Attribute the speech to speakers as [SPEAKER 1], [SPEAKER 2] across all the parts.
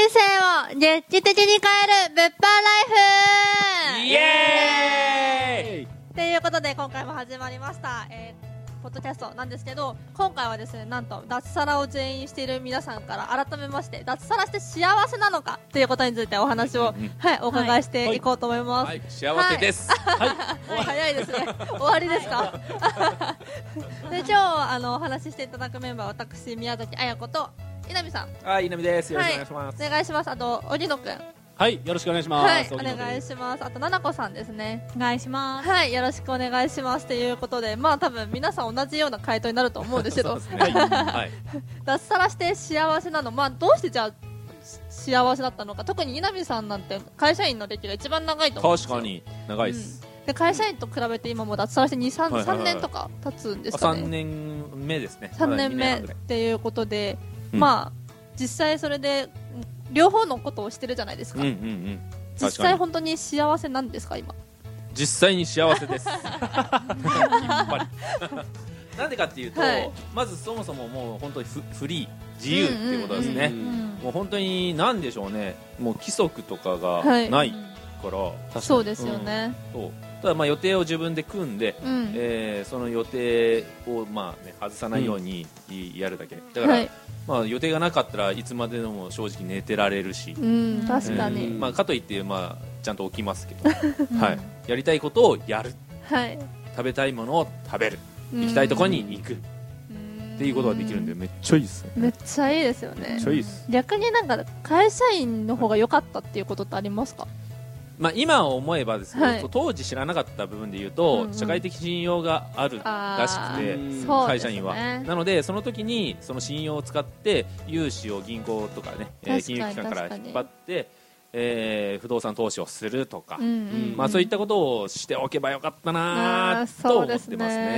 [SPEAKER 1] ゆっち的に変える物販ライフ
[SPEAKER 2] イエーイ
[SPEAKER 1] ということで今回も始まりました、えーポッドキャストなんですけど今回はですねなんと脱サラを全員している皆さんから改めまして脱サラして幸せなのかということについてお話を、はい、お伺いしていこうと思います、
[SPEAKER 2] はい、幸せです。
[SPEAKER 1] はい早いですね。終わりですか。 で今日あのお話ししていただくメンバーは私宮崎彩子と稲見さん。
[SPEAKER 3] はい、稲見です。よろしくお願いし
[SPEAKER 1] は
[SPEAKER 3] ます。
[SPEAKER 1] お願いします。あと荻野くん。
[SPEAKER 4] はい、よろしくお願いします。
[SPEAKER 1] はい。お
[SPEAKER 4] 荻野です
[SPEAKER 1] 願いします。あと奈々子さんですね。
[SPEAKER 5] お願いします。
[SPEAKER 1] はい。よろしくお願いします。ということで、まあ多分皆さん同じような回答になると思うんですけど、
[SPEAKER 2] ね。はい。
[SPEAKER 1] 脱サラして幸せなの。まあどうしてじゃあし幸せだったのか。特に稲見さんなんて会社員の歴が一番長いと思うんです
[SPEAKER 2] 確
[SPEAKER 1] よ。
[SPEAKER 2] かに長いです。
[SPEAKER 1] で会社員と比べて今もう脱サラして2、3、
[SPEAKER 2] はいはいはい
[SPEAKER 1] 3年とか経つんですか
[SPEAKER 2] 三、
[SPEAKER 1] ね。
[SPEAKER 2] 年目ですね。
[SPEAKER 1] 3年
[SPEAKER 2] まだ二
[SPEAKER 1] 目
[SPEAKER 2] 半
[SPEAKER 1] っ
[SPEAKER 2] ぐらい
[SPEAKER 1] ていうことで、
[SPEAKER 2] うん
[SPEAKER 1] まあ実際それでうん両方のことをしてるじゃないですか、
[SPEAKER 2] うんうんうん。
[SPEAKER 1] 実
[SPEAKER 2] 確か
[SPEAKER 1] 際
[SPEAKER 2] に
[SPEAKER 1] 本当に幸せなんですか今
[SPEAKER 2] 実際に幸せ です。
[SPEAKER 3] なんでかっていうと、
[SPEAKER 1] はい
[SPEAKER 3] まずそもそももう本当にフフリー、自由っていうことですね。
[SPEAKER 4] うん
[SPEAKER 5] うん
[SPEAKER 3] もう本当に何でしょうね、もう規則とかが
[SPEAKER 1] はい
[SPEAKER 3] ないから、
[SPEAKER 1] そうですよね
[SPEAKER 3] そうただまあ予定を自分で組んで、
[SPEAKER 1] うん、
[SPEAKER 3] えーその予定をまあ、ね、外さないようにいやるだけ。だから、
[SPEAKER 1] はい、
[SPEAKER 3] まあ予定がなかったらいつまででも正直寝てられるし、
[SPEAKER 1] うん、確か
[SPEAKER 3] えー
[SPEAKER 1] に、
[SPEAKER 3] まあかといってまあちゃんと起きますけど、
[SPEAKER 5] うん
[SPEAKER 3] はい、やりたいことをやる。
[SPEAKER 1] はい、
[SPEAKER 3] 食べたいものを食べる
[SPEAKER 1] 行
[SPEAKER 3] 行きたいところに行くっ
[SPEAKER 1] って
[SPEAKER 3] いうことができるんでめっちゃいいっすね
[SPEAKER 1] めっちゃいいですよね
[SPEAKER 3] めっちゃいいっす
[SPEAKER 1] 逆になんか会社員の方が良かったっていうことってありますか、
[SPEAKER 3] まあ今思えばですけど、
[SPEAKER 1] はい
[SPEAKER 3] 当時知らなかった部分で言う
[SPEAKER 1] う
[SPEAKER 3] と、
[SPEAKER 1] んうん
[SPEAKER 3] 社会的信用があるらしくて
[SPEAKER 4] あー
[SPEAKER 1] そうですね
[SPEAKER 3] 会社員は、なのでその時にその信用を使って融資を銀行とかね、えー
[SPEAKER 1] 確かに
[SPEAKER 3] 金融機関から
[SPEAKER 1] 確かに
[SPEAKER 3] 引っ張って、えー不動産投資をするとか、
[SPEAKER 1] うんうん
[SPEAKER 3] まあ、そういったことをしておけばよかった
[SPEAKER 1] あ
[SPEAKER 3] な
[SPEAKER 1] ー
[SPEAKER 3] ーと思ってますね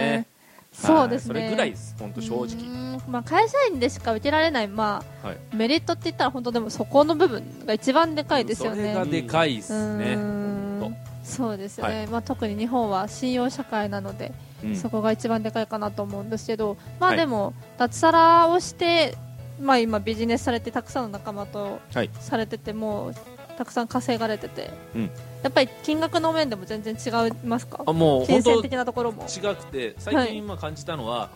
[SPEAKER 1] そうですね
[SPEAKER 3] はいそれぐらいです本当正直
[SPEAKER 1] うーんまあ、会社員でしか受けられない、まあ
[SPEAKER 3] はい
[SPEAKER 1] メリットって言ったら本当でもそこの部分が一番でかいですよ
[SPEAKER 3] それ
[SPEAKER 1] ね。
[SPEAKER 3] がでかいですね、
[SPEAKER 1] うーん
[SPEAKER 3] ほんと
[SPEAKER 1] そうですね、
[SPEAKER 3] は
[SPEAKER 1] まあ、特に日本は信用社会なので、
[SPEAKER 3] うん
[SPEAKER 1] そこが一番でかいかなと思うんですけど、ま
[SPEAKER 3] は
[SPEAKER 1] あ、
[SPEAKER 3] い
[SPEAKER 1] でも、脱サラをして、まあ、今、ビジネスされてたくさんの仲間と
[SPEAKER 3] はい
[SPEAKER 1] されてて、もうたくさん稼がれてて、
[SPEAKER 3] うん
[SPEAKER 1] やっぱり金額の面でも全然違いますか
[SPEAKER 3] あ、もう
[SPEAKER 1] 金銭
[SPEAKER 3] 本当
[SPEAKER 1] 的なところも。
[SPEAKER 3] 違くて最近まあ感じたのは、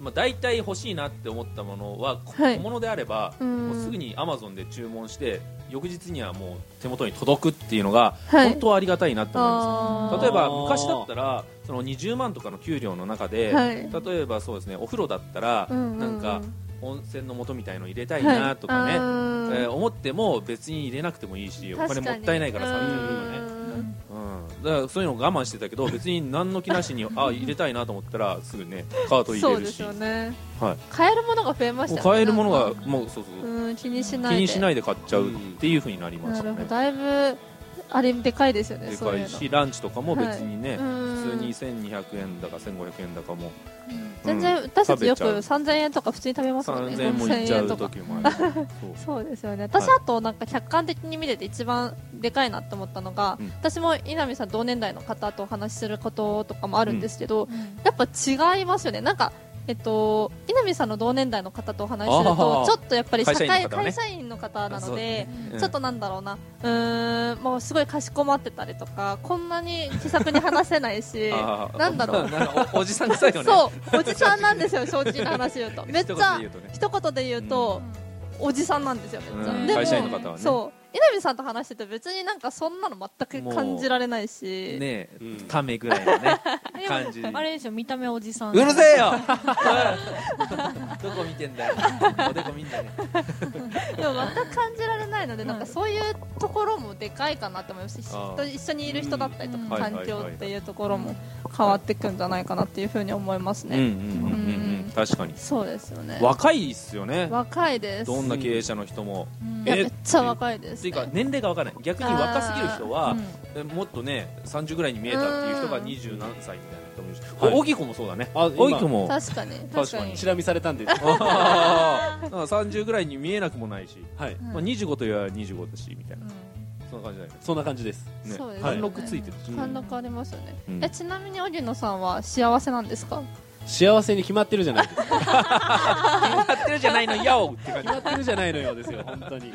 [SPEAKER 3] まあ、大体欲しいなって思ったものはこ
[SPEAKER 1] はい
[SPEAKER 3] 小物であれば、
[SPEAKER 1] うん
[SPEAKER 3] もうすぐにアマゾンで注文して翌日にはもう手元に届くっていうのが
[SPEAKER 1] はい
[SPEAKER 3] 本当はありがたいなと思いま
[SPEAKER 1] あー
[SPEAKER 3] す、例えば昔だったらその20万とかの給料の中で、
[SPEAKER 1] はい
[SPEAKER 3] 例えばそうですねお風呂だったら、
[SPEAKER 1] うんうんう
[SPEAKER 3] なんか温泉の素みたいの入れたいなとかね、
[SPEAKER 1] はいあー
[SPEAKER 3] えー思っても別に入れなくてもいいしお金
[SPEAKER 1] 確
[SPEAKER 3] も
[SPEAKER 1] か
[SPEAKER 3] っ
[SPEAKER 1] に
[SPEAKER 3] たいないから3 0とかね
[SPEAKER 1] うん
[SPEAKER 3] うん、だからそういうのを我慢してたけど別に何の気なしにあ入れたいなと思ったらすぐねカート入
[SPEAKER 1] そ
[SPEAKER 3] れ
[SPEAKER 1] う
[SPEAKER 3] る
[SPEAKER 1] で
[SPEAKER 3] し
[SPEAKER 1] すよね、
[SPEAKER 3] はい
[SPEAKER 1] 買えるものが増えました
[SPEAKER 3] もう
[SPEAKER 1] よね
[SPEAKER 3] 買えるもの
[SPEAKER 1] な
[SPEAKER 3] が
[SPEAKER 1] んか
[SPEAKER 3] もうそうそう、
[SPEAKER 1] うん気にしない
[SPEAKER 3] 気
[SPEAKER 1] で
[SPEAKER 3] にしないいで買っちゃうっていうふうになりま
[SPEAKER 1] な
[SPEAKER 3] した
[SPEAKER 1] るほ
[SPEAKER 3] ね
[SPEAKER 1] ど、だいぶあれでかいですよね
[SPEAKER 3] で
[SPEAKER 1] そう
[SPEAKER 3] か
[SPEAKER 1] いう
[SPEAKER 3] い
[SPEAKER 1] の
[SPEAKER 3] しランチとかも別にね、
[SPEAKER 1] うん
[SPEAKER 3] 普通に1200円だか1500円だかも
[SPEAKER 1] 全然私たちよく
[SPEAKER 3] 食べち
[SPEAKER 1] 3000円とか普通に食べますもんね
[SPEAKER 3] 3000円もいっちゃ
[SPEAKER 1] 4000
[SPEAKER 3] う
[SPEAKER 1] 円とか
[SPEAKER 3] 時もあるそう
[SPEAKER 1] そうですよね私
[SPEAKER 3] はい
[SPEAKER 1] あとなんか客観的に見てて一番でかいなと思ったのが、
[SPEAKER 3] うん
[SPEAKER 1] 私も稲見さん同年代の方とお話しすることとかもあるんですけど、
[SPEAKER 5] うん
[SPEAKER 1] やっぱ違いますよね、なんか、えっと、稲見さんの同年代の方とお話しすると
[SPEAKER 3] あ、ー
[SPEAKER 1] ちょっとやっぱり社会会社,、
[SPEAKER 3] 会
[SPEAKER 1] 員の方な
[SPEAKER 3] あそ
[SPEAKER 1] の
[SPEAKER 3] う
[SPEAKER 1] で、
[SPEAKER 3] うん、
[SPEAKER 1] ちょっとなんだろうな、うーん、もうすごいかしこまってたりとか、こんなに気さくに話せないし
[SPEAKER 3] あー
[SPEAKER 1] なんだろう
[SPEAKER 3] なんかおおじさん臭いよね
[SPEAKER 1] そう、おじさんなんですよ、正直な話言うと、めっちゃ
[SPEAKER 3] 一言で言うとね
[SPEAKER 1] 一言で言うと、おじさんなんですよ、めっちゃ。
[SPEAKER 3] うん
[SPEAKER 1] でも
[SPEAKER 3] 会社員の方はね
[SPEAKER 1] そう稲見さんと話してて別になんかそんなの全く感じられないし、
[SPEAKER 3] ねえ
[SPEAKER 4] うん
[SPEAKER 3] ためぐらいの ね感じ
[SPEAKER 5] あれでしょ、見た目おじさん。
[SPEAKER 3] うるせえよ どこ見てんだよおでこ見 んだね
[SPEAKER 1] でも全く感じられないので、なんかそういうところもでかいかなと思いますし、
[SPEAKER 3] あー
[SPEAKER 1] 人一緒にいる人だったりと
[SPEAKER 5] うん
[SPEAKER 1] か、環
[SPEAKER 3] はいはい
[SPEAKER 1] 境
[SPEAKER 3] はい
[SPEAKER 1] っていうところも変わってくんじゃないかなっていうふうに思います
[SPEAKER 3] うんうん
[SPEAKER 1] ね。
[SPEAKER 3] うんうん
[SPEAKER 1] う
[SPEAKER 3] うんん確かに
[SPEAKER 1] そうですよね。
[SPEAKER 3] 若いっすよね
[SPEAKER 1] 若いです。
[SPEAKER 3] ど
[SPEAKER 1] い
[SPEAKER 3] んな経営者の人も
[SPEAKER 5] うん
[SPEAKER 1] や
[SPEAKER 3] え
[SPEAKER 1] めっちゃ若いです
[SPEAKER 3] つ
[SPEAKER 1] ね。
[SPEAKER 3] いか年齢が分からない逆に若すぎる人は
[SPEAKER 5] うん
[SPEAKER 3] えもっとね30ぐらいに見えたっていう人が
[SPEAKER 1] うん
[SPEAKER 3] 20何歳みたいな人もいるし
[SPEAKER 4] はい
[SPEAKER 3] 大きい子もそうだね
[SPEAKER 4] あ今
[SPEAKER 3] 大きい子も
[SPEAKER 1] 確かに。
[SPEAKER 3] 確かに
[SPEAKER 4] チラ見されたんで。
[SPEAKER 3] あーなんか30ぐらいに見えなくもないし
[SPEAKER 4] はい。
[SPEAKER 3] まあ25といえば25だしみたいな
[SPEAKER 5] う
[SPEAKER 3] そんな感じだよね
[SPEAKER 4] そんな感じです。
[SPEAKER 3] ね
[SPEAKER 1] そうですね
[SPEAKER 3] 貫禄ついてるし
[SPEAKER 1] 貫禄ありますよね
[SPEAKER 3] う。ん
[SPEAKER 1] えちなみに荻野さんは幸せなんですか？
[SPEAKER 4] 幸せに決まってるじゃないですか
[SPEAKER 2] やってるじゃないのよって
[SPEAKER 4] 決まってるじゃないのよ うですよ本当に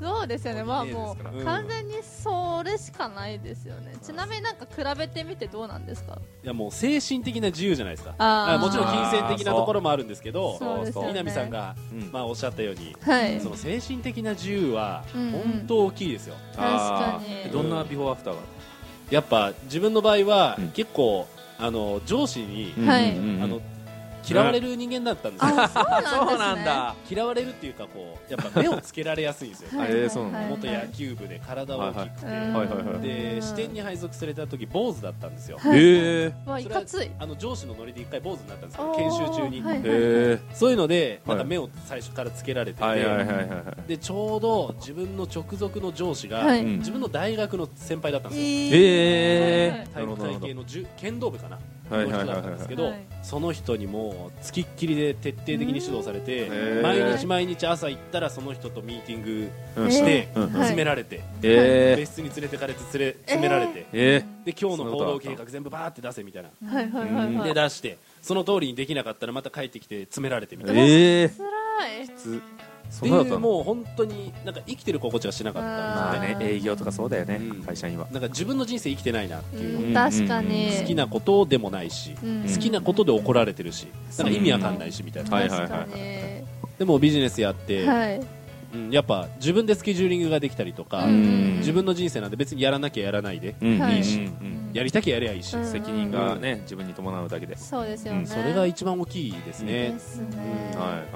[SPEAKER 1] そうですよねまあも
[SPEAKER 2] いいです
[SPEAKER 4] からう
[SPEAKER 1] うん完全にそれしかないですよねちなみになんか比べてみてどうなんですか
[SPEAKER 4] いやもう精神的な自由じゃないですか
[SPEAKER 1] あー
[SPEAKER 4] もちろん金銭的なところもあるんですけど
[SPEAKER 1] そうですよね
[SPEAKER 4] 南さんが、
[SPEAKER 2] うん
[SPEAKER 4] まあ、おっしゃったように
[SPEAKER 1] はい
[SPEAKER 4] その精神的な自由は
[SPEAKER 1] うんうん
[SPEAKER 4] 本当大きいですよ、
[SPEAKER 1] かに
[SPEAKER 2] あーどんなビフォーアフターが
[SPEAKER 4] やっぱ自分の場合は
[SPEAKER 2] うん
[SPEAKER 4] 結構あの上司に、
[SPEAKER 1] はい
[SPEAKER 2] うんうんうん
[SPEAKER 4] あの嫌われる人間だったんですよ、
[SPEAKER 2] そうな
[SPEAKER 1] です
[SPEAKER 2] ん
[SPEAKER 1] ね
[SPEAKER 2] だ
[SPEAKER 4] 嫌われるっていうかこうやっぱ目をつけられやすいんですよ
[SPEAKER 1] はい
[SPEAKER 2] えーそうなの
[SPEAKER 1] はい
[SPEAKER 4] 元野球部で体大きくて、
[SPEAKER 1] はい
[SPEAKER 2] はいはいはい
[SPEAKER 4] で支店に配属された時坊主だったんですよ、
[SPEAKER 1] はい
[SPEAKER 2] えー
[SPEAKER 1] うわいかつい
[SPEAKER 4] あの上司のノリで一回坊主になったんですけ
[SPEAKER 1] お
[SPEAKER 4] ど
[SPEAKER 1] ー
[SPEAKER 4] 研修中に、
[SPEAKER 1] はいはい
[SPEAKER 2] え
[SPEAKER 4] そういうので
[SPEAKER 2] は
[SPEAKER 4] ないんか目を最初からつけられてて、
[SPEAKER 2] ーはいはいはいはいはい
[SPEAKER 4] でちょうど自分の直属の上司が、
[SPEAKER 1] はい
[SPEAKER 2] うん
[SPEAKER 4] 自分の大学の先輩だったんですよ、
[SPEAKER 1] え
[SPEAKER 2] えー
[SPEAKER 4] 体育会系のじゅ剣道部かな、の人だったんですけど、
[SPEAKER 5] はいはい
[SPEAKER 4] その人にもうつきっきりで徹底的に指導されて
[SPEAKER 2] ー
[SPEAKER 4] 毎日毎日朝行ったらその人とミーティング
[SPEAKER 2] うん
[SPEAKER 4] して
[SPEAKER 2] うん
[SPEAKER 1] はい
[SPEAKER 4] 詰められて、
[SPEAKER 2] えー
[SPEAKER 4] 別室に連れてかれて連れ詰められて、
[SPEAKER 2] えー
[SPEAKER 4] で今日の行動
[SPEAKER 2] そん
[SPEAKER 4] 計
[SPEAKER 2] なことあ
[SPEAKER 4] 画全部バーって出せみたいな、
[SPEAKER 1] はいはいはいは
[SPEAKER 4] で
[SPEAKER 1] い
[SPEAKER 4] 出してその通りにできなかったらまた帰ってきて詰められてみたいな、
[SPEAKER 2] えー
[SPEAKER 1] つらい
[SPEAKER 2] つそ
[SPEAKER 4] で
[SPEAKER 2] んなだったの
[SPEAKER 4] もう本当になんか生きてる心地がしなかったん
[SPEAKER 2] まあね
[SPEAKER 1] あー
[SPEAKER 2] 営業とかそうだよね
[SPEAKER 4] うん
[SPEAKER 2] 会社員は
[SPEAKER 4] ですなんか自分の人生生きてないなっていう、
[SPEAKER 2] ん
[SPEAKER 1] うん確かに
[SPEAKER 2] うん
[SPEAKER 4] 好きなことでもないし、
[SPEAKER 1] うん
[SPEAKER 4] 好きなことで怒られてるし、なんか意味わかんないしみたいな、
[SPEAKER 2] はいはい
[SPEAKER 1] 確
[SPEAKER 2] はい
[SPEAKER 1] か
[SPEAKER 2] はい
[SPEAKER 1] に
[SPEAKER 4] でもビジネスやって、
[SPEAKER 1] はい
[SPEAKER 4] うんやっぱ自分でスケジューリングができたりとか、
[SPEAKER 1] うん
[SPEAKER 4] 自分の人生なんで別にやらなきゃやらないで、
[SPEAKER 2] うん
[SPEAKER 1] はい
[SPEAKER 2] いいしうん
[SPEAKER 4] やりたきゃやりゃいいし、
[SPEAKER 1] うん
[SPEAKER 2] 責任がね自分に伴うだけで
[SPEAKER 1] そうですよ
[SPEAKER 2] う
[SPEAKER 1] ね
[SPEAKER 2] ん
[SPEAKER 4] それが一番大きいですね
[SPEAKER 1] で、すね
[SPEAKER 4] うん
[SPEAKER 2] はいはいは
[SPEAKER 1] や
[SPEAKER 2] い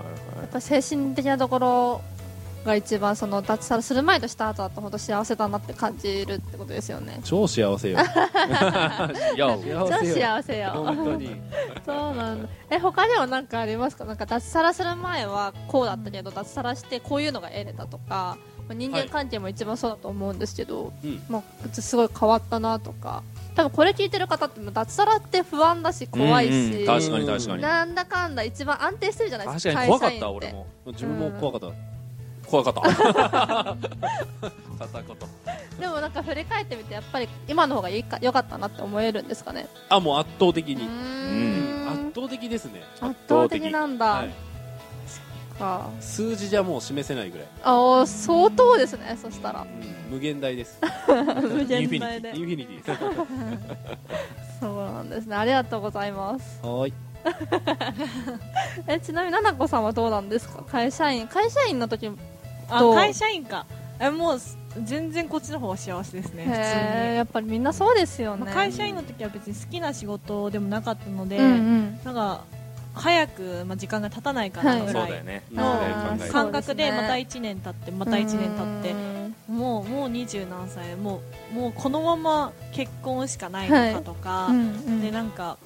[SPEAKER 1] っぱ精神的なところが一番その脱サラする前とした後だと本当幸せだなって感じるってことですよね
[SPEAKER 4] 超幸せよ
[SPEAKER 2] よ
[SPEAKER 1] 超幸せよ
[SPEAKER 4] 本当に
[SPEAKER 1] そうなんだえ他にも何かありますかなんか脱サラする前はこうだったけど脱サラしてこういうのが得れたとかまあ人間関係も一番そうだと思うんですけど、
[SPEAKER 4] うん
[SPEAKER 1] まあすごい変わったなとか多分これ聞いてる方ってもう脱サラって不安だし怖いし、
[SPEAKER 2] うんうん確かに確かに
[SPEAKER 1] なんだかんだ一番安定してるじゃないで
[SPEAKER 2] 確
[SPEAKER 1] すか
[SPEAKER 2] かに怖かっ
[SPEAKER 1] 会社員
[SPEAKER 2] た
[SPEAKER 1] て
[SPEAKER 2] 俺も
[SPEAKER 4] 自分も怖かった、
[SPEAKER 2] 怖かった片言
[SPEAKER 1] でもなんか振り返ってみてやっぱり今の方がいいか良かったなって思えるんですかね
[SPEAKER 4] あもう圧倒的
[SPEAKER 1] う
[SPEAKER 4] に、
[SPEAKER 1] ーん
[SPEAKER 4] 圧倒的ですね
[SPEAKER 1] 圧倒的なんだ、
[SPEAKER 4] はい
[SPEAKER 1] か
[SPEAKER 4] 数字じゃもう示せないぐらい、
[SPEAKER 1] ああ相当ですねそしたら
[SPEAKER 4] 無限大です
[SPEAKER 1] 無
[SPEAKER 2] イン
[SPEAKER 1] 限
[SPEAKER 2] フィニ
[SPEAKER 1] 大で
[SPEAKER 4] インフィニティです
[SPEAKER 1] そうなんですねありがとうございます
[SPEAKER 4] はい
[SPEAKER 1] えちなみにななこさんはどうなんですか会社員会社員の時も
[SPEAKER 5] あ
[SPEAKER 1] どう
[SPEAKER 5] 会社員かえもうす全然こっちの方は幸せですね普
[SPEAKER 1] へー
[SPEAKER 5] 通
[SPEAKER 1] やっぱりみんなそうですよ
[SPEAKER 5] に、
[SPEAKER 1] ね、
[SPEAKER 5] まあ会社員の時は別に好きな仕事でもなかったので、
[SPEAKER 1] うんうん
[SPEAKER 5] なんか早く、まあ、時間が経たないか
[SPEAKER 1] は
[SPEAKER 5] ないぐ
[SPEAKER 2] そう
[SPEAKER 5] ら
[SPEAKER 2] だよ
[SPEAKER 5] い
[SPEAKER 2] ね
[SPEAKER 4] うん
[SPEAKER 1] あー
[SPEAKER 5] の感覚
[SPEAKER 1] そ
[SPEAKER 5] で
[SPEAKER 1] うですね
[SPEAKER 5] また1年経ってまた1年経って
[SPEAKER 1] うん
[SPEAKER 5] もうもう二十何歳もうもうこのまま結婚しかない
[SPEAKER 1] はい
[SPEAKER 5] のかとか、
[SPEAKER 1] うん
[SPEAKER 5] でなんか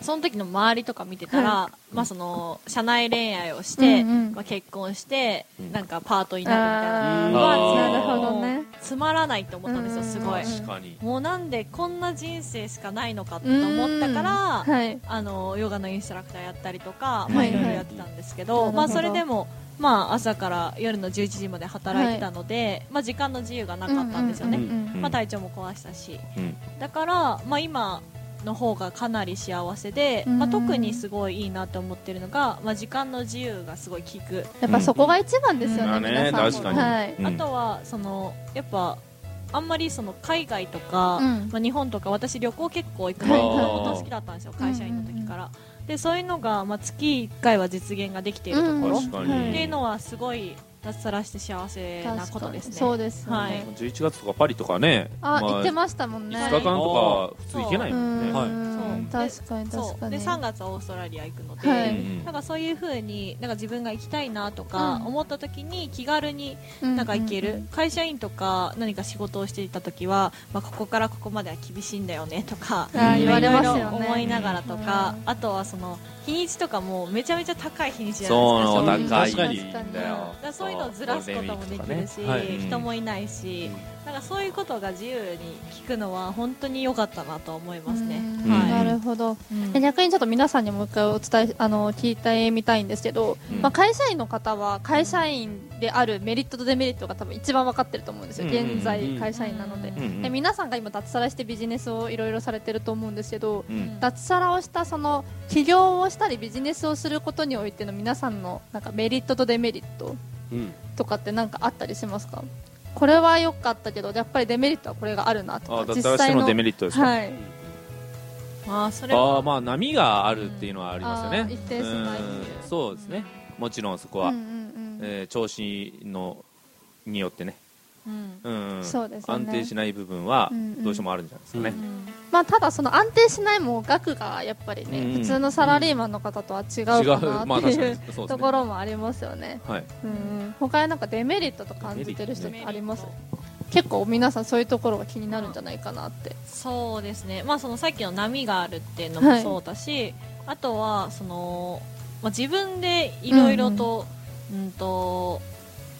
[SPEAKER 5] その時の周りとか見てたら、
[SPEAKER 1] は
[SPEAKER 5] まあ、その社内恋愛をして、
[SPEAKER 1] うんうん
[SPEAKER 5] まあ、結婚して、
[SPEAKER 2] うん
[SPEAKER 5] なんかパートになるみたいな
[SPEAKER 4] あー
[SPEAKER 5] のは
[SPEAKER 2] なるほ
[SPEAKER 1] どね
[SPEAKER 5] つまらないと思ったんですよすごい
[SPEAKER 1] うん
[SPEAKER 2] 確かに
[SPEAKER 5] もうなんでこんな人生しかないのかと思ったから、
[SPEAKER 1] はい
[SPEAKER 5] あのヨガのインストラクターやったりとか、
[SPEAKER 2] うん
[SPEAKER 5] まあ、いろいろやってたんですけど、
[SPEAKER 1] はい
[SPEAKER 5] まあ、
[SPEAKER 1] なるほ
[SPEAKER 5] そ
[SPEAKER 1] ど
[SPEAKER 5] れでも、まあ、朝から夜の11時まで働いてたので、まあ、時間の自由がなかったんですよね、
[SPEAKER 1] うううん
[SPEAKER 2] うん
[SPEAKER 5] まあ、体調も壊したし
[SPEAKER 2] うん
[SPEAKER 5] だから、まあ、今の方がかなり幸せで、
[SPEAKER 1] うん
[SPEAKER 5] まあ、特にすごいいいなと思ってるのが、まあ、時間の自由がすごい効く、
[SPEAKER 1] やっぱそこが一番ですよね、
[SPEAKER 2] まあ
[SPEAKER 1] 皆
[SPEAKER 2] ね
[SPEAKER 1] さんも
[SPEAKER 2] 確かに
[SPEAKER 1] はい、
[SPEAKER 2] うん
[SPEAKER 5] あとはそのやっぱあんまりその海外とか、
[SPEAKER 1] うん
[SPEAKER 5] まあ、日本とか私旅行結構行く
[SPEAKER 1] は
[SPEAKER 5] の
[SPEAKER 1] い
[SPEAKER 5] が
[SPEAKER 1] はい
[SPEAKER 5] もともと好きだったんですよ会社員の時から、でそういうのが、まあ、月1回は実現ができているところ、
[SPEAKER 1] うん
[SPEAKER 2] 確
[SPEAKER 5] っ
[SPEAKER 2] か
[SPEAKER 1] はい
[SPEAKER 2] に
[SPEAKER 5] ていうのはすごい脱サラして幸せなことですね
[SPEAKER 1] そうですよね、
[SPEAKER 5] はい
[SPEAKER 2] 11月とかパリとかね
[SPEAKER 1] あ、
[SPEAKER 2] ま
[SPEAKER 1] 行ってましたもんね
[SPEAKER 2] 5日間とか普通行けな
[SPEAKER 1] う
[SPEAKER 2] いもんね
[SPEAKER 1] ん、
[SPEAKER 4] はい
[SPEAKER 5] はい
[SPEAKER 1] 確かに
[SPEAKER 5] そう
[SPEAKER 1] 確かに
[SPEAKER 5] で3月はオーストラリア行くので、
[SPEAKER 1] は
[SPEAKER 2] う
[SPEAKER 1] い
[SPEAKER 2] ん
[SPEAKER 5] なんかそういう風になんか自分が行きたいなとか
[SPEAKER 1] うん
[SPEAKER 5] 思った時に気軽に
[SPEAKER 1] うん
[SPEAKER 5] なんか行ける、会社員とか何か仕事をしていた時は、まあ、ここからここまでは厳しいんだよねとか
[SPEAKER 1] あ
[SPEAKER 2] ー
[SPEAKER 5] い
[SPEAKER 2] 言わ
[SPEAKER 5] ろい
[SPEAKER 2] れ
[SPEAKER 1] ますよ
[SPEAKER 5] ろ
[SPEAKER 1] ね
[SPEAKER 5] 思いながらとか、
[SPEAKER 1] う
[SPEAKER 5] あとはその日にちとかもめちゃめちゃ高い日にちじゃ
[SPEAKER 2] そうなの
[SPEAKER 5] ない
[SPEAKER 1] ん
[SPEAKER 5] ですか正直
[SPEAKER 2] 高い
[SPEAKER 1] 確かに
[SPEAKER 2] んだよ
[SPEAKER 5] だからそういうのをずらすこともできるし、
[SPEAKER 4] ゴールデンウィークとかね
[SPEAKER 2] はい
[SPEAKER 5] 人もいないし、なんかそういうことが自由に聞くのは本当に良かったなと思いますね。
[SPEAKER 1] うん
[SPEAKER 3] はい
[SPEAKER 1] なるほど、
[SPEAKER 5] うん
[SPEAKER 1] で逆にちょっと皆さんにもう一回お伝えあの聞いてみたいんですけど、
[SPEAKER 3] うん
[SPEAKER 1] まあ、会社員の方は会社員であるメリットとデメリットが多分一番分かってると思うんですよ、
[SPEAKER 3] うんうんうん
[SPEAKER 1] 現在会社員なので,、
[SPEAKER 3] うんうん
[SPEAKER 1] で皆さんが今脱サラしてビジネスをいろいろされてると思うんですけど、
[SPEAKER 3] うん
[SPEAKER 1] 脱サラをしたその起業をしたりビジネスをすることにおいての皆さんのなんかメリットとデメリット
[SPEAKER 4] うん
[SPEAKER 1] とかってなんかあったりしますかこれは良かったけどやっぱりデメリットはこれがあるなと
[SPEAKER 3] あ
[SPEAKER 1] か
[SPEAKER 3] 脱サラしてのデメリットですか、
[SPEAKER 1] はい
[SPEAKER 5] ああそれは
[SPEAKER 3] ああまあ波があるっていうのはありますよね、
[SPEAKER 1] うんあー一定数ないっていう
[SPEAKER 3] うんそうですねもちろんそこは、
[SPEAKER 1] うんうんうん
[SPEAKER 3] えー調子のによってね、
[SPEAKER 5] うん
[SPEAKER 3] うん
[SPEAKER 1] そうですよね
[SPEAKER 3] 安定しない部分は
[SPEAKER 1] うんうん
[SPEAKER 3] どうしてもあるんじゃないですかね、
[SPEAKER 1] まあただその安定しないも額がやっぱりね、
[SPEAKER 3] うんうん
[SPEAKER 1] 普通のサラリーマンの方とは違うか
[SPEAKER 3] 違う ま
[SPEAKER 1] な
[SPEAKER 3] あ
[SPEAKER 1] っていう、
[SPEAKER 3] 確かにそうですね
[SPEAKER 1] ところもありますよね、
[SPEAKER 3] はい
[SPEAKER 1] うんうん、他になんかデメリットと感じてる人
[SPEAKER 3] デメ
[SPEAKER 1] あります結構皆さんそういうところが気になるんじゃないかなって
[SPEAKER 5] そうですね。まあそのさっきの波があるっていうのもそうだし、あとはそのまあ自分でいろいろとうん,、と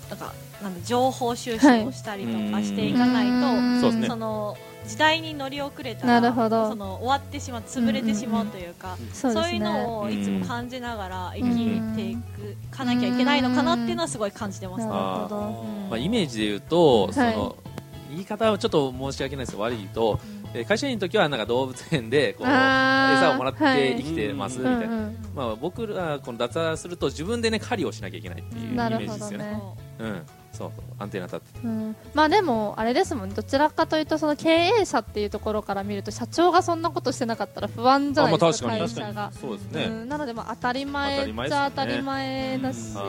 [SPEAKER 5] なんかなんだ情報収集をしたりとかしていかないと。
[SPEAKER 1] ん
[SPEAKER 3] そうですね
[SPEAKER 5] その時代に乗り遅れたら
[SPEAKER 1] なるほど
[SPEAKER 5] その終わってしまう潰れてしまうというか、
[SPEAKER 1] そうで
[SPEAKER 5] そう
[SPEAKER 1] す
[SPEAKER 5] いう
[SPEAKER 1] ね
[SPEAKER 5] のをいつも感じながら生
[SPEAKER 1] うん
[SPEAKER 5] きていくかなきゃいけないのかなっていうのはすごい感じてま
[SPEAKER 1] な
[SPEAKER 5] す、ね
[SPEAKER 1] るほど
[SPEAKER 3] まあ、イメージで言うと、
[SPEAKER 1] い
[SPEAKER 3] その言い方はちょっと申し訳ないですよ悪いと、えー会社員の時はなんか動物園でこう
[SPEAKER 1] あー
[SPEAKER 3] 餌をもらって
[SPEAKER 1] はい
[SPEAKER 3] 生きてますみ
[SPEAKER 1] う
[SPEAKER 3] たい
[SPEAKER 1] んう
[SPEAKER 3] な、
[SPEAKER 1] ん
[SPEAKER 3] まあ、僕らこの脱サラすると自分でね狩りをしなきゃいけないっていうイメ
[SPEAKER 1] な
[SPEAKER 3] ー
[SPEAKER 1] る
[SPEAKER 3] ジ
[SPEAKER 1] ほ
[SPEAKER 3] で
[SPEAKER 1] ど
[SPEAKER 3] すよね
[SPEAKER 1] ね
[SPEAKER 3] うん、そうそうアンテナ立って
[SPEAKER 1] うんまあでも、あれですもんねどちらかというとその経営者っていうところから見ると社長がそんなことしてなかったら不安じゃないですか、
[SPEAKER 3] あまあ
[SPEAKER 1] 会
[SPEAKER 3] 確かに
[SPEAKER 1] 社が。
[SPEAKER 3] そうですね、
[SPEAKER 1] うん、なのでまあ当たり前
[SPEAKER 3] 当たり前
[SPEAKER 1] っち
[SPEAKER 3] ですよ
[SPEAKER 1] ゃ
[SPEAKER 3] ね
[SPEAKER 1] 当たり前だし、
[SPEAKER 3] うんはい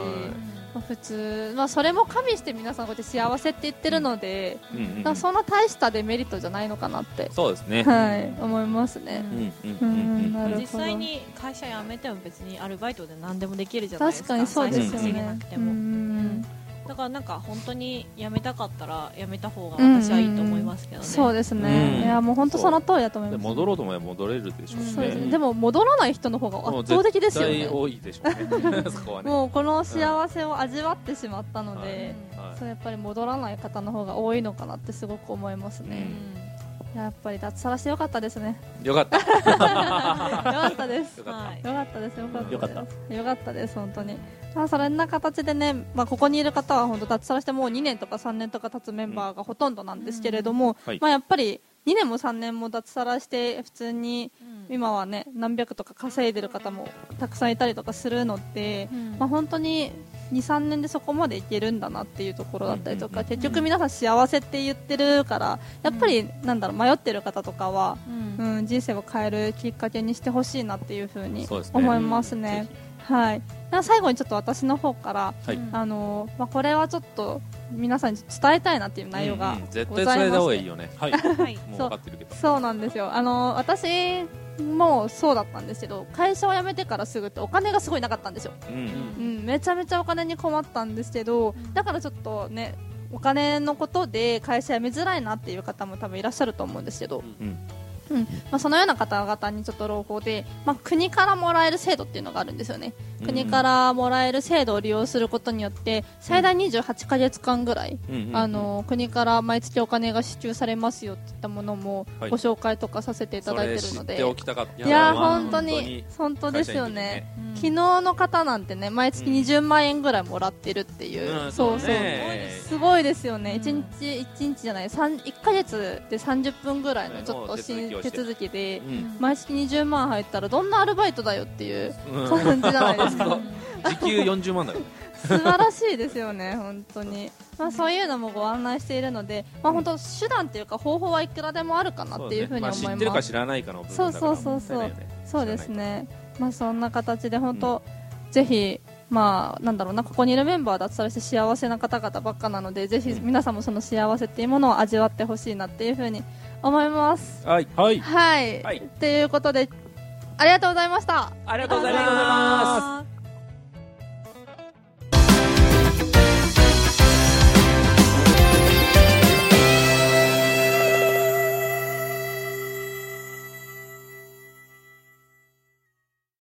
[SPEAKER 1] まあ、普通、まあ、それも加味して皆さんこうやって幸せって言ってるので、
[SPEAKER 3] うんうんうん
[SPEAKER 1] なんかそんな大したデメリットじゃないのかなって、
[SPEAKER 3] そうですね、
[SPEAKER 1] はい、思いますね。
[SPEAKER 3] うんうん
[SPEAKER 1] う
[SPEAKER 3] うんん
[SPEAKER 1] うんなる
[SPEAKER 3] うん
[SPEAKER 1] ほど
[SPEAKER 5] 実際に会社辞めても別にアルバイトで何でもできるじゃないです
[SPEAKER 1] 確
[SPEAKER 5] か
[SPEAKER 1] かにそうですよ
[SPEAKER 5] 最初稼げな
[SPEAKER 1] ね
[SPEAKER 5] く。て
[SPEAKER 1] う
[SPEAKER 5] も、
[SPEAKER 1] ん
[SPEAKER 5] だからなんか本当に辞めたかったら辞めた方が私はいいと思いますけどね、
[SPEAKER 1] そうですね、
[SPEAKER 3] うん
[SPEAKER 1] いやもう本当その通りだと思い
[SPEAKER 3] で
[SPEAKER 1] ます。
[SPEAKER 3] 戻ろうと思えば戻れるでしょうし
[SPEAKER 1] そうですね
[SPEAKER 3] ね
[SPEAKER 1] でも戻らない人の方が
[SPEAKER 3] もう
[SPEAKER 1] 圧倒的ですよね
[SPEAKER 3] 絶対多いでしょうね そこはね
[SPEAKER 1] もうこの幸せを味わってしまったので、
[SPEAKER 3] は
[SPEAKER 1] そうやっぱり戻らない方の方が多いのかなってすごく思います
[SPEAKER 3] う
[SPEAKER 1] ね、
[SPEAKER 3] ん
[SPEAKER 1] やっぱり脱サラしてよかったです ね
[SPEAKER 3] いよかった
[SPEAKER 1] よかったです
[SPEAKER 3] よ
[SPEAKER 1] よ
[SPEAKER 3] かった
[SPEAKER 5] はい
[SPEAKER 1] かったですよかったです
[SPEAKER 4] よかった
[SPEAKER 1] よかったです本当にまあそんな形でね、まあ、ここにいる方は本当脱サラしてもう2年とか3年とか経つメンバーがほとんどなんですけれども、
[SPEAKER 3] はい
[SPEAKER 1] まあやっぱり2年も3年も脱サラして普通に
[SPEAKER 5] うん
[SPEAKER 1] 今はね何百とか稼いでる方もたくさんいたりとかするので、
[SPEAKER 5] うん
[SPEAKER 1] まあ、本当に23年でそこまでいけるんだなっていうところだったりとか、
[SPEAKER 3] うん
[SPEAKER 1] 結局皆さん幸せって言ってるからやっぱりなんだろう迷ってる方とかは、
[SPEAKER 5] うん
[SPEAKER 1] うん、人生を変えるきっかけにしてほしいなっていうふうに
[SPEAKER 3] そうですね
[SPEAKER 1] 思いますね。はい、では最後にちょっと私の方から、
[SPEAKER 3] はい
[SPEAKER 5] うん
[SPEAKER 1] あのーまあ、これはちょっと皆さんに伝えたいなっていう内容が
[SPEAKER 3] うんうん絶
[SPEAKER 1] ござい
[SPEAKER 3] 対
[SPEAKER 1] まして、
[SPEAKER 3] 伝えた方がいいよね
[SPEAKER 4] はい
[SPEAKER 5] はい
[SPEAKER 3] もう
[SPEAKER 1] そう
[SPEAKER 3] 分かってるけど
[SPEAKER 1] そうなんですよ。あの私もそうだったんですけど、会社を辞めてからすぐってお金がすごいなかったんですよ。
[SPEAKER 3] うんうん
[SPEAKER 1] うん、めちゃめちゃお金に困ったんですけど、だからちょっとね、お金のことで会社辞めづらいなっていう方も多分いらっしゃると思うんですけど、
[SPEAKER 3] うん
[SPEAKER 1] うんまあ、そのような方々にちょっと朗報で、まあ、国からもらえる制度っていうのがあるんですよね。国からもらえる制度を利用することによって、最大28ヶ月間ぐらい、
[SPEAKER 3] うんうん
[SPEAKER 1] あの国から毎月お金が支給されますよっていったものも
[SPEAKER 3] はい
[SPEAKER 1] ご紹介とかさせていた
[SPEAKER 3] そ
[SPEAKER 1] だい
[SPEAKER 3] れ
[SPEAKER 1] てる
[SPEAKER 3] 知
[SPEAKER 1] の
[SPEAKER 3] っ
[SPEAKER 1] で、
[SPEAKER 3] ておきたかった
[SPEAKER 1] いやー
[SPEAKER 3] まあ
[SPEAKER 1] 本当に本当ですよね
[SPEAKER 5] うん
[SPEAKER 1] 昨日の方なんてね毎月20万円ぐらいもらってるっていう、
[SPEAKER 3] うん
[SPEAKER 1] そう
[SPEAKER 3] そ
[SPEAKER 1] そうう、
[SPEAKER 3] ね
[SPEAKER 1] すごいですよね、
[SPEAKER 5] うん
[SPEAKER 1] 一日一日じゃない3 1か月で30分ぐらいのちょっと
[SPEAKER 3] 手続きを
[SPEAKER 1] 新
[SPEAKER 3] して
[SPEAKER 1] 手続きで
[SPEAKER 3] うん
[SPEAKER 1] 毎月20万入ったらどんなアルバイトだよっていう
[SPEAKER 3] うん
[SPEAKER 1] 感じじゃないですか
[SPEAKER 3] 時給40万だよ
[SPEAKER 1] 素晴らしいですよね、本当に、まあ、そういうのもご案内しているので、まあ、本当手段というか方法はいくらで もあるかなっていうふうに思います。
[SPEAKER 3] そうだねまあ知ってるか知らないかの部分だから
[SPEAKER 1] そうそうそうそう
[SPEAKER 3] もったいないよね
[SPEAKER 1] そうですね、まあ、そんな形で本当、ぜひ、まあ、なんだろうなここにいるメンバーは脱サラして幸せな方々ばっかなのでぜひ
[SPEAKER 3] うん
[SPEAKER 1] 皆さんもその幸せっていうものを味わってほしいなっていうふうに思います。
[SPEAKER 3] はい
[SPEAKER 4] はい
[SPEAKER 1] はい、
[SPEAKER 3] はい
[SPEAKER 1] ということでありがとうございました。
[SPEAKER 3] ありが
[SPEAKER 1] とうございます
[SPEAKER 5] ありがとうございます